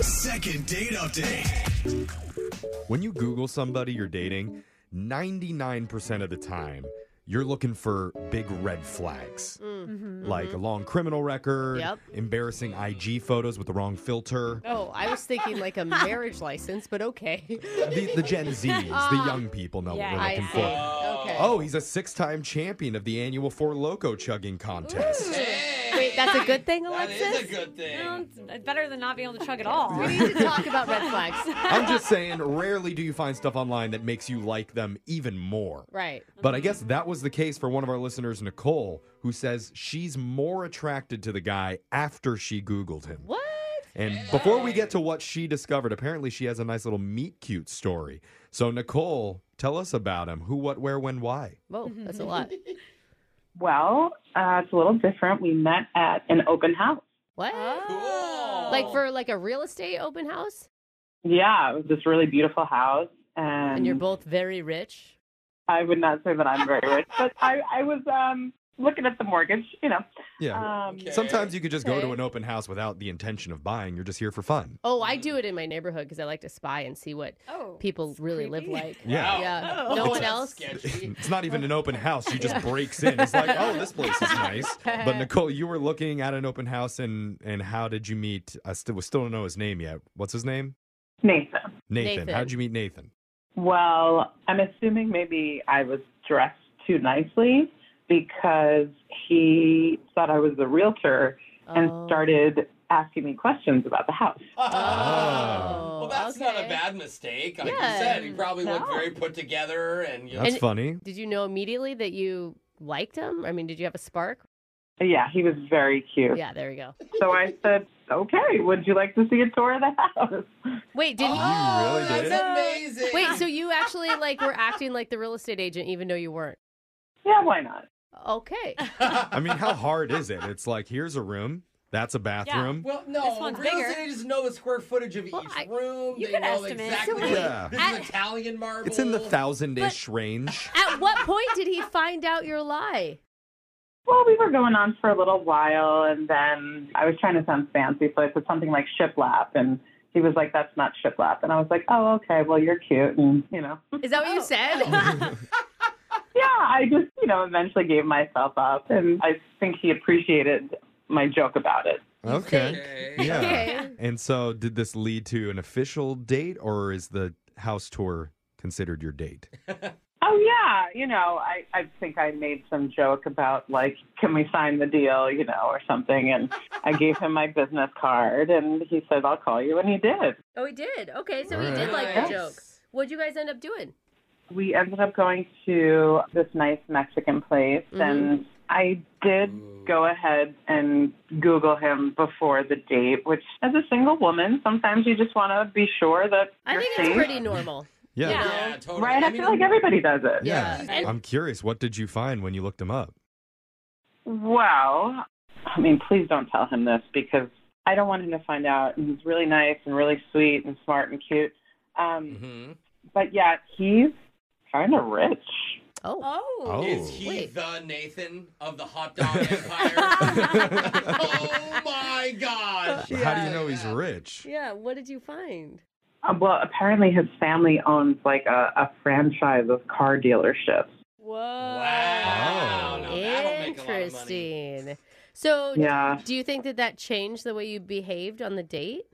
Second date update. When you Google somebody you're dating, 99% of the time, you're looking for big red flags. Like a long criminal record, Mm-hmm. Yep. embarrassing IG photos with the wrong filter. Oh, I was thinking like a marriage license, but okay. The, the Gen Zs, the young people know yeah, what they're Ah. I looking see. for. Okay. Oh, he's a six time champion of the annual Four Loco chugging contest. Wait, that's a good thing, That Alexis? is a good Well, thing. it's- it's better than not being able to chug at all. We need to talk about red flags. I'm just saying, rarely do you find stuff online that makes you like them even more. Right. But I guess that was the case for one of our listeners, Nicole, who says she's more attracted to the guy after she Googled him. What? And before we get to what she discovered, apparently she has a nice little meet cute story. So, Nicole, tell us about him. Who, what, where, when, why? Whoa, that's a lot. Well, uh, it's a little different. We met at an open house. What? Oh. Cool. Like for like a real estate open house? Yeah, it was this really beautiful house, and, And you're both very rich. I would not say that I'm very rich, but I, I was um, looking at the mortgage. You know, Yeah. um, Okay. Sometimes you could just go to Uh, Okay. an open house without the intention of buying. You're just here for fun. Oh, I do it in my neighborhood because I like to spy and see what Oh, people it's really live creepy. like. Yeah. Yeah. No Oh. That's one else. sketchy. It's not even an open house. She just breaks in. It's like, oh, this place is nice. But Nicole, you were looking at an open house, and and how did you meet? I still still don't know his name yet. What's his name? Nathan. Nathan. Nathan. How'd you meet Nathan? Well, I'm assuming maybe I was dressed too nicely because he thought I was the realtor and Oh. started asking me questions about the house. Oh, well, that's not a okay. bad mistake. Like Yeah. you said, he probably looked No. very put together and you That's And- funny. Did you know immediately that you liked him? I mean, did you have a spark? Yeah, he was very cute. Yeah, there you go. So I said, "Okay, would you like to see a tour of the house?" Wait, did he? you Oh, really did it? that's amazing. Wait, so you actually like were acting like the real estate agent even though you weren't? Yeah, why not? Okay. I mean, how hard is it? It's like here's a room. That's a bathroom. Well, no, This one's real bigger. estate agents know the square footage of Well, each I- room. you they can know estimate. exactly. So wait, Yeah. This I- is Italian marble. It's in the thousand-ish range. At what point did he find out your lie? Well, we were going on for a little while, and then I was trying to sound fancy, so I said something like shiplap, and he was like, "That's not shiplap," and I was like, "Oh, okay. Well, you're cute," and you know, Is that what you said? yeah, I just you know eventually gave myself up, and I think he appreciated my joke about it. Okay. Okay. Yeah. Okay. And so, did this lead to an official date, or is the house tour considered your date? Oh yeah, you know, I I think I made some joke about like, can we sign the deal, you know, or something, and I gave him my business card, and he said, "I'll call you," and he did. Oh, he did. Okay, so he All did right. like the Nice. joke. What'd you guys end up doing? we ended up going to this nice Mexican place, Mm-hmm. and I did go ahead and Google him before the date. Which, as a single woman, sometimes you just want to be sure that I you're think safe. it's pretty normal. Yeah. Yeah. Yeah, totally. right. I, mean, feel like everybody does it. Yeah. Yeah. I'm curious. What did you find when you looked him up? Well, I mean, please don't tell him this because I don't want him to find out. And he's really nice and really sweet and smart and cute. Um, Mhm. But yeah, he's kind of rich. Oh. Oh. Oh. Is he Wait. the Nathan of the hot dog empire? oh my gosh! How do you know he's rich? Yeah, what did you find? Uh, well, apparently his family owns like a, a franchise of car dealerships. Whoa. Wow! Oh. Now that'll make a lot of money. Interesting. So, Yeah. do you think that that changed the way you behaved on the date?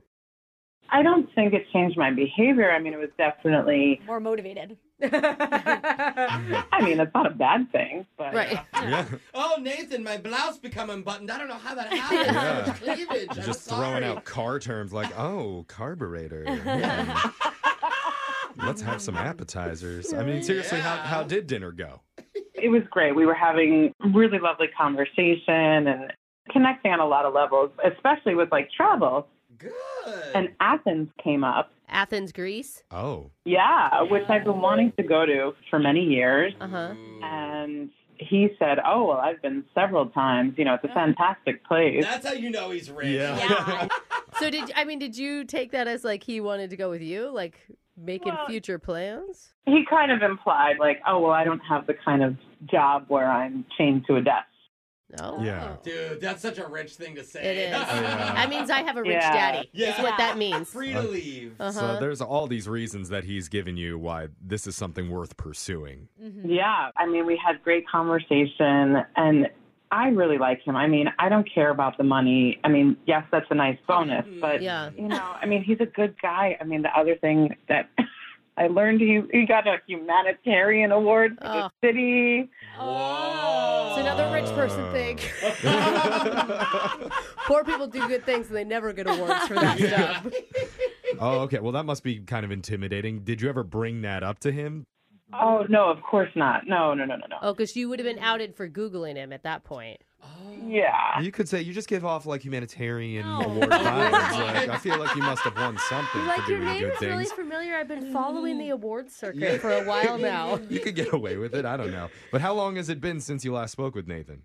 I don't think it changed my behavior. I mean, it was definitely. More motivated. I mean, it's not a bad thing, Uh, but Right. Yeah. Oh, Nathan, my blouse become unbuttoned. I don't know how that happened. Yeah. So much cleavage. I'm Just sorry. throwing out car terms like, oh, carburetor. Yeah. Let's have some appetizers. I mean, seriously, how, Yeah. how did dinner go? it was great. We were having really lovely conversation and connecting on a lot of levels, especially with like travel. Good. And Athens came up. Athens, Greece? Oh, Yeah, which I've been wanting to go to for many years. Uh-huh. And he said, "Oh well, I've been several times. You know, it's a fantastic place." That's how you know he's rich. Yeah. Yeah. So did I mean did you take that as like he wanted to go with you, like making Well- future plans? he kind of implied like, oh well, I don't have the kind of job where I'm chained to a desk. Oh. Yeah. Dude, that's such a rich thing to say. It is. Oh, Yeah. That means I have a rich Yeah. daddy. Is Oh, Yeah. what that means. Free to leave. Uh So huh. there's all these reasons that he's given you why this is something worth pursuing. Mm-hmm. Yeah, I mean, we had great conversation, and I really like him. I mean, I don't care about the money. I mean, yes, that's a nice bonus, but Mm-hmm. Yeah. you know, I mean, he's a good guy. I mean, the other thing that I learned, he he got a humanitarian award for Oh. the city. It's another rich person thing. Poor people do good things and they never get awards for that stuff. Oh, okay. Well, that must be kind of intimidating. Did you ever bring that up to him? Oh no, of course not. No, no, no, no, no. Oh, because you would have been outed for Googling him at that point. Oh. Yeah. You could say you just give off like humanitarian No. award vibes. Like, I feel like you must have won something Like, for your doing name good is really things. familiar. I've been following the awards circuit Yeah. for a while now. You could get away with it. I don't know. But how long has it been since you last spoke with Nathan?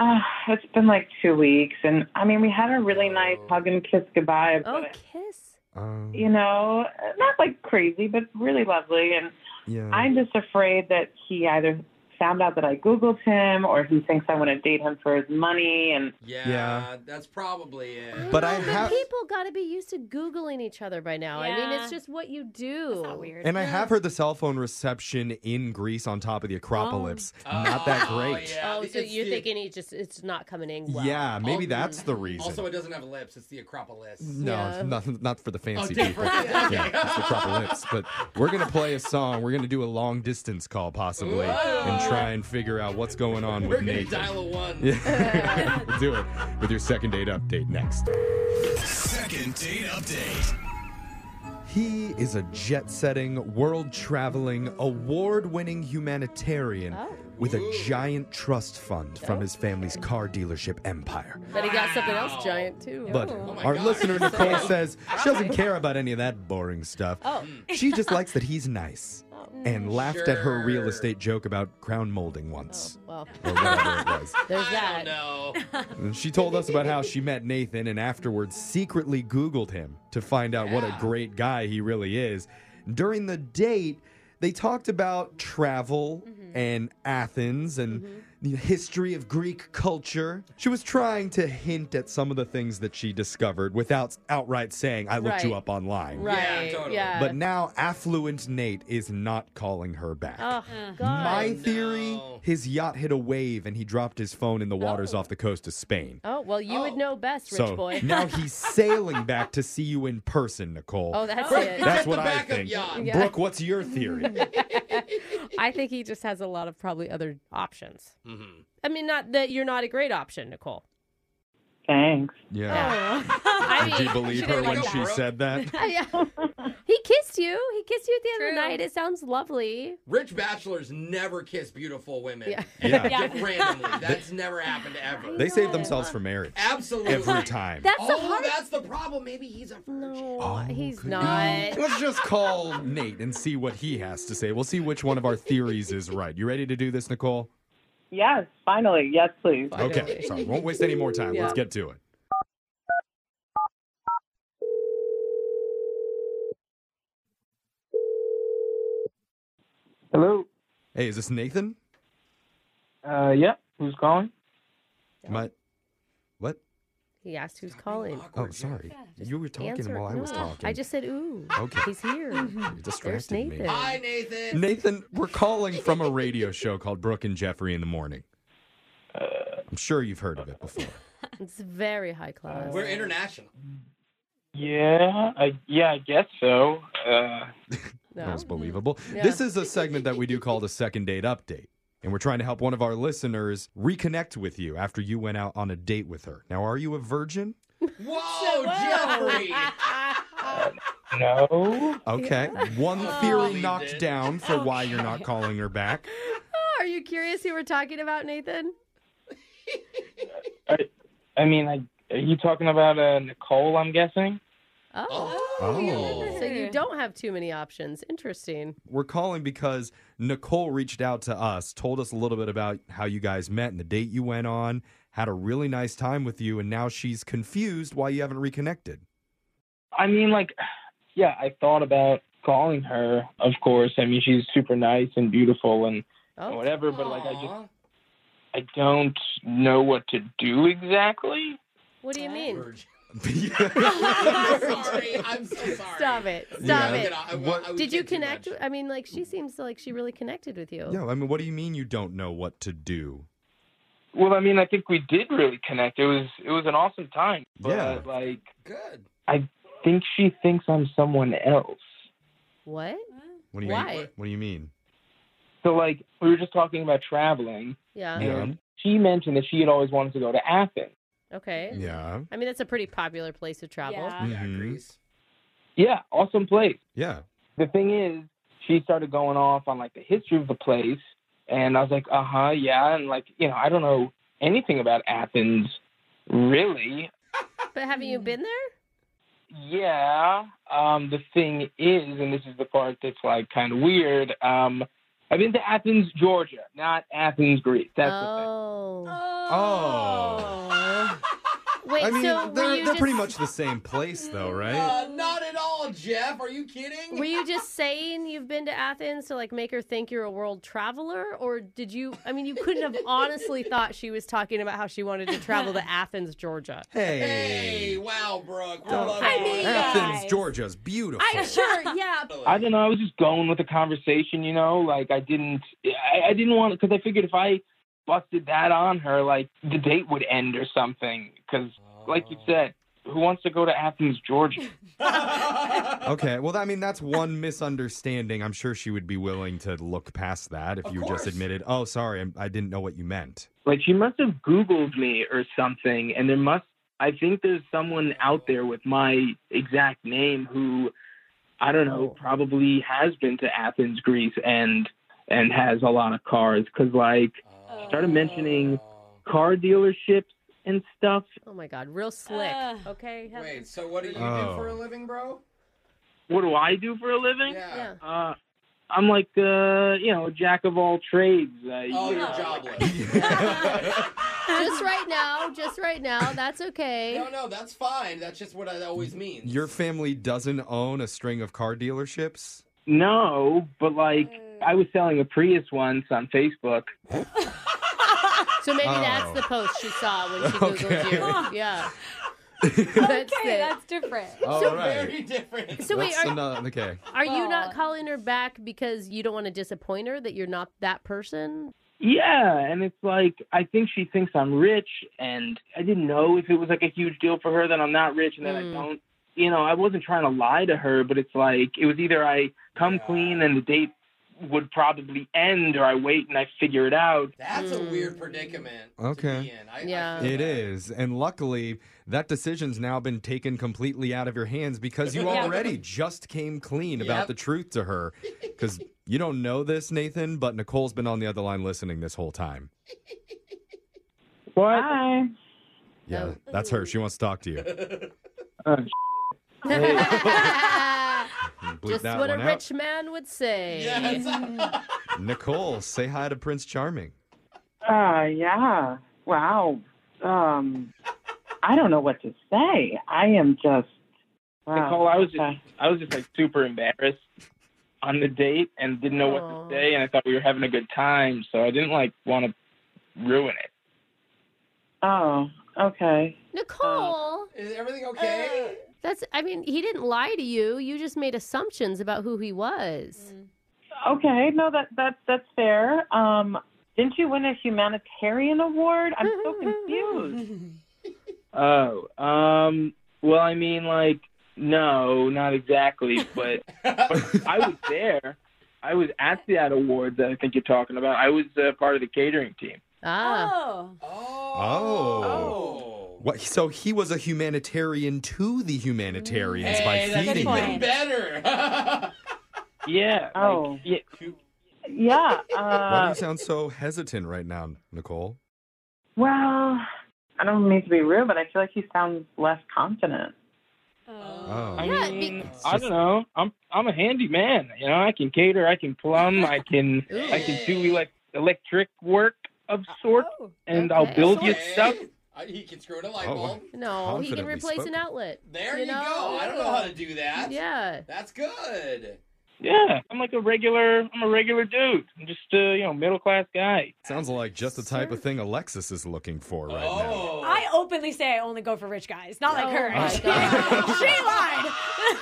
Uh, it's been like two weeks, and I mean, we had a really nice hug and kiss goodbye. Oh, But, kiss. Um, you know, not like crazy, but really lovely, and. yeah. I'm just afraid that he either found out that I Googled him or he thinks I want to date him for his money. And Yeah, Yeah. that's probably it. But know, I have- people got to be used to Googling each other by now. I mean, Yeah. it's just what you do. That's not weird. and I have heard the cell phone reception in Greece on top of the Acropolis. Not that Oh, great. yeah. Oh, so It's you're the- thinking he just it's not coming in well. Yeah, maybe Oh, that's the reason. Also, it doesn't have lips. It's the Acropolis. Oh, No, Yeah. nothing, not for the Mm-hmm. fancy different. people. Yeah. Yeah, it's the proper lips. But we're gonna play a song. We're gonna do a long distance call possibly, and try and figure out what's going on with We're gonna Nathan. dial a one. Yeah. we'll do it with your second date update next. Second date update. He is a jet setting, world traveling, award winning humanitarian Oh. with a giant trust fund from his family's car dealership empire. But he got something else giant too. Oh. But Oh my our God. listener Nicole says she Oh doesn't care about any of that boring stuff. Oh. She just likes that he's nice Oh. and laughed at her real Sure. estate joke about crown molding once. well, Oh. Or whatever it was. there's I that. don't know. And she told us about how she met Nathan and afterwards secretly Googled him to find out what a Yeah. great guy he really is. During the date, they talked about travel Mm-hmm. and Athens and the history of Greek culture. She was trying to hint at some of the things that she discovered without outright saying, I looked you Right. up online. Right. Yeah. totally. But now affluent Nate is not calling her back. oh God. My theory, no. his yacht hit a wave and he dropped his phone in the waters off the coast of Spain. oh well, you Oh. would know best, rich so boy. now he's sailing back to see you in person, Nicole. Oh, that's Brooke, it. you're That's at what the I back of think. yacht. Yeah. Oh, Brooke, what's your theory? I think he just has a lot of probably other options. Mhm. I mean, not that you're not a great option, Nicole. thanks. yeah. I Did you mean, believe she her didn't when like she Brooke. said that? I- Oh. he kissed you. He kissed you at the end of the True. night. It sounds lovely. Rich bachelors never kiss beautiful women. Yeah. Yeah. Yeah. Just randomly. That's never happened ever. They save themselves for marriage Absolutely. every time. That's a Oh, hard. that's the problem. Maybe he's a virgin. No, Oh, he's could be. not. Let's just call Nate and see what he has to say. We'll see which one of our theories is right. You ready to do this, Nicole? Yes, finally. Yes, please. Okay, sorry. Won't waste any more time. Let's Yeah. get to it. Hello. Hey, is this Nathan? Uh, yep. Who's calling? My, what? He asked who's Being calling. Oh, awkward, Jeff. sorry. You were talking Answer. while I was No, talking. I just said ooh. Okay. He's here. You distracted me. Nathan. Hi, Nathan. Nathan, we're calling from a radio show called Brooke and Jeffrey in the Morning. Uh, I'm sure you've heard of it before. It's very high class. We're international. Yeah. I, yeah, I guess so. Uh, No? That was believable. Yeah. This is a segment that we do called a second date update. And we're trying to help one of our listeners reconnect with you after you went out on a date with her. Now, are you a virgin? Whoa, Jeffrey. Oh. no. Okay. One Oh, theory believed knocked it. down for why you're not calling her back. Are you curious who we're talking about, Nathan? I, I mean, I, are you talking about uh, Nicole? I'm guessing. Oh. Oh. Oh. So you don't have too many options. Interesting. We're calling because Nicole reached out to us, told us a little bit about how you guys met and the date you went on, had a really nice time with you, and now she's confused why you haven't reconnected. I mean, like, yeah, I thought about calling her. Of course. I mean, she's super nice and beautiful and Oh. whatever. But like, I just, Aw. I don't know what to do exactly. What do you mean? Virgin. Yeah. I'm sorry. I'm so sorry. Stop it. Stop Yeah. it. I- I- I What- would Did you say too connect? much. I mean, like she seems like she really connected with you. yeah, I mean, what do you mean you don't know what to do? Well, I mean, I think we did really connect. It was it was an awesome time. But Yeah. like Good. I think she thinks I'm someone else. What? What do you Mean? Why? What do you mean? So like we were just talking about traveling Yeah. Yeah. and she mentioned that she had always wanted to go to Athens. Okay. Yeah. I mean, that's a pretty popular place to travel. Yeah. Yeah, Mhm. Greece. Yeah, awesome place. Yeah. the thing is, she started going off on like the history of the place, and I was like, uh huh, yeah, and like you know, I don't know anything about Athens, really. But haven't you been there? Yeah. Um, the thing is, and this is the part that's like kind of weird. Um, I've been to Athens, Georgia, not Athens, Greece. That's oh. Oh. Wait. I mean, so were they're, you they're just, pretty much the same place, though, right? Uh, not at all, Jeff. Are you kidding? Were you just saying you've been to Athens to like make her think you're a world traveler, or did you? I mean, you couldn't have honestly thought she was talking about how she wanted to travel to Athens, Georgia. hey, Hey. wow, Brooke. We're Don't- loving I all mean, this. Athens, guys. Georgia's beautiful. I'm sure. Yeah. the thing. I don't know. I was just going with the conversation, you know. Like I didn't, I, I didn't want because I figured if I busted that on her, like the date would end or something. Because like Oh. you said, who wants to go to Athens, Georgia? Okay, well, I mean, that's one misunderstanding. I'm sure she would be willing to look past that if Of you course. just admitted, oh, sorry, I'm- I didn't know what you meant. Like she must have Googled me or something, and there must. I think there's someone out there with my exact name who, I don't Oh. know, probably has been to Athens, Greece, and and has a lot of cars. Because like started mentioning car dealerships and stuff. Oh my God, real slick. Uh, okay. Heather? Wait, so what do you do Oh. for a living, bro? What do I do for a living? Yeah. Yeah. Uh, I'm like, uh, you know, a jack of all trades. Uh, Oh, you you're know, jobless. just right now. Just right now. That's okay. no, no, that's fine. That's just what it always means. Your family doesn't own a string of car dealerships? No, but like, Mm. I was selling a Prius once on Facebook. So maybe Oh. that's the post she saw when she googled you. Yeah. that's Okay, it. that's different. All so right. very different. so wait, That's are, ano- okay. are you not Aw. calling her back because you don't want to disappoint her that you're not that person? Yeah, and it's like I think she thinks I'm rich, and I didn't know if it was like a huge deal for her that I'm not rich and that I Mm. don't. You know, I wasn't trying to lie to her, but it's like it was either I come clean and the date would probably end, or I wait and I figure it out. That's a Mm. weird predicament. to Okay. be in. I- I Yeah. feel It that. is. And luckily, that decision's now been taken completely out of your hands because you Yeah. already just came clean Yep. about the truth to her. Because you don't know this, Nathan, but Nicole's been on the other line listening this whole time. What? Hi. Yeah, Oh. that's her. She wants to talk to you. Uh, Oh, Hmm, Bleep just that what a one out. rich man would say. Yes. Nicole, say hi to Prince Charming. Uh, yeah. Wow. Um, I don't know what to say. I am just. Wow. Nicole, I was Ah, Okay. just I was just like super embarrassed on the date and didn't know Aw. what to say, and I thought we were having a good time, so I didn't like want to ruin it. Oh, okay. Oh. Nicole, is everything okay? that's, I mean, he didn't lie to you. You just made assumptions about who he Mm. was. Okay. No, that that that's fair. Um, didn't you win a humanitarian award? I'm so confused. Oh, um, well, I mean, like, no, not exactly, but I was there. I was at that award that I think you're talking about. I was uh, part of the catering team. Ah. Oh. oh. Oh. What? So he was a humanitarian to the humanitarians Hey, by that's feeding point. even them. better. Yeah. like, Oh. yeah. Yeah. Why do Uh, you sound so hesitant right now, Nicole? well, I don't mean to be rude, but I feel like he sounds less confident. Oh. I Yeah, mean, be- I don't know. I'm I'm a handy man. You know, I can cater. I can plumb. I can Oh. Ooh. I can do elect- electric work of sorts, Oh. and I'll Uh, okay. build you Hey, stuff. I- He can screw in a light Oh, bulb. No, he can Confidently replace an spoken. outlet. There You you, know? go. I don't know how to do that. Yeah. That's good. Yeah, I'm like a regular. I'm a regular dude. I'm just uh, you know middle class guy. Sounds like just the type of thing Alexis is looking for right now. Oh. I openly say I only go for rich guys, not like Oh her. my she God. lied.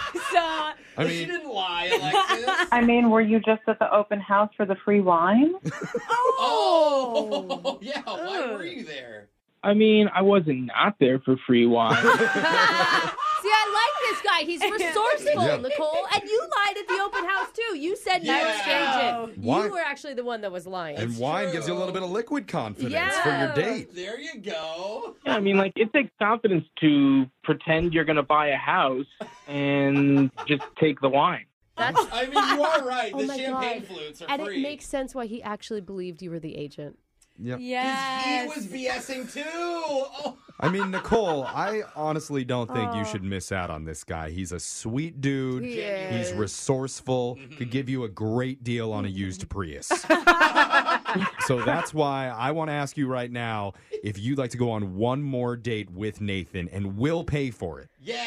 so I she mean, didn't lie, Alexis. I mean, were you just at the open house for the free wine? oh, yeah. Why were you there? I mean, I wasn't not there for free wine. See, I like this guy. He's resourceful, Yeah. Nicole. And you lied at the open house too. You said no Yeah. exchange Oh. wine You were actually the one that was lying. and wine gives you a little bit of liquid confidence for your Yeah. date. There you go. yeah, I mean, like it takes confidence to pretend you're gonna buy a house and just take the wine. That's I mean, you are right. Oh the my champagne God. flutes are and free. it makes sense why he actually believed you were the agent. he yes. was BSing too. Oh, I mean, Nicole, I honestly don't think you should miss out on this guy. He's a sweet dude. Yeah. He's resourceful, could give you a great deal on a used Prius. so that's why I want to ask you right now if you'd like to go on one more date with Nathan and we'll pay for it. yeah.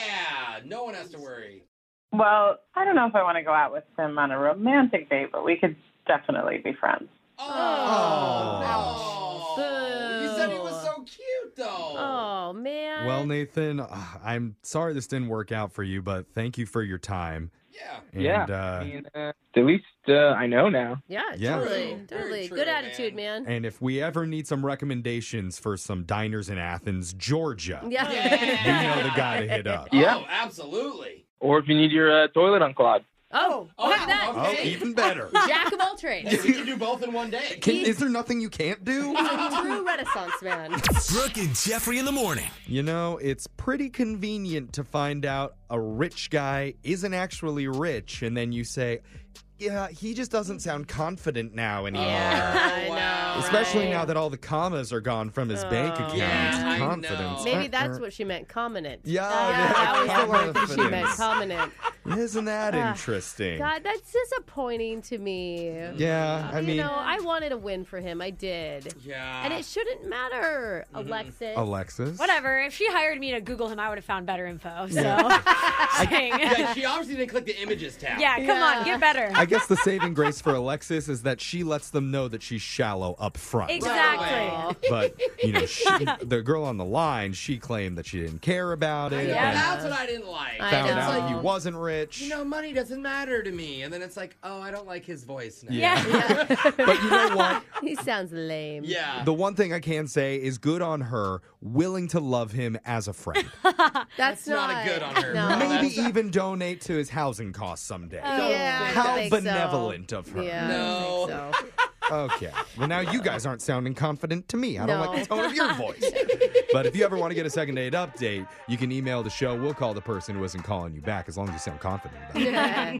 No one has to worry. Well, I don't know if I want to go out with him on a romantic date, but we could definitely be friends. Oh, Oh. no. You said he was Boo. so cute, though. Oh man. Well, Nathan, uh, I'm sorry this didn't work out for you, but thank you for your time. Yeah. And, yeah, I Uh, mean, uh, at least uh, I know now. yeah, Yeah. totally, True. Very totally. true, Good man. attitude, man. and if we ever need some recommendations for some diners in Athens, Georgia, Yeah. you know the guy to hit up. Yeah. Oh, absolutely. Or if you need your uh, toilet unclogged. Oh, Oh, look at that. Oh, okay. even better. Jack of all trades. Hey, we can do both in one day. Can, is there nothing you can't do? A true Renaissance man. Brooke and Jeffrey in the morning. You know, it's pretty convenient to find out a rich guy isn't actually rich, and then you say, yeah, he just doesn't sound confident now anymore. Yeah, I know. Oh, Especially right? now that all the commas are gone from his bank account. Yeah, I know. confidence. Uh, Maybe that's what she meant, commonant. Yeah, yeah that was the word that she meant, confidence. commonant. Isn't that Ah, interesting? God, that's disappointing to me. Yeah, I mean, you know, I wanted a win for him. I did. Yeah. And it shouldn't matter, Mm-hmm. Alexis. Alexis. Whatever. If she hired me to Google him, I would have found better info. So, Dang. yeah, yeah, she obviously didn't click the images tab. come Yeah. on, get better. I guess the saving grace for Alexis is that she lets them know that she's shallow up front. exactly. Aw. But, you know, she, the girl on the line, she claimed that she didn't care about it. Yeah, and that's what I didn't like. I Found know. out he wasn't rich. you know, money doesn't matter to me. And then it's like, oh, I don't like his voice now. Yeah. but you know what? He sounds lame. Yeah. The one thing I can say is good on her, willing to love him as a friend. That's, That's not a good on her, No. bro. Maybe that's- even donate to his housing costs someday. Yeah, Oh, I How think so. benevolent of her. Yeah, No. I don't think so. Okay. Well, now you guys aren't sounding confident to me. I don't No. like the tone of your voice. but if you ever want to get a second date update, you can email the show. We'll call the person who isn't calling you back as long as you sound confident about it. Yeah.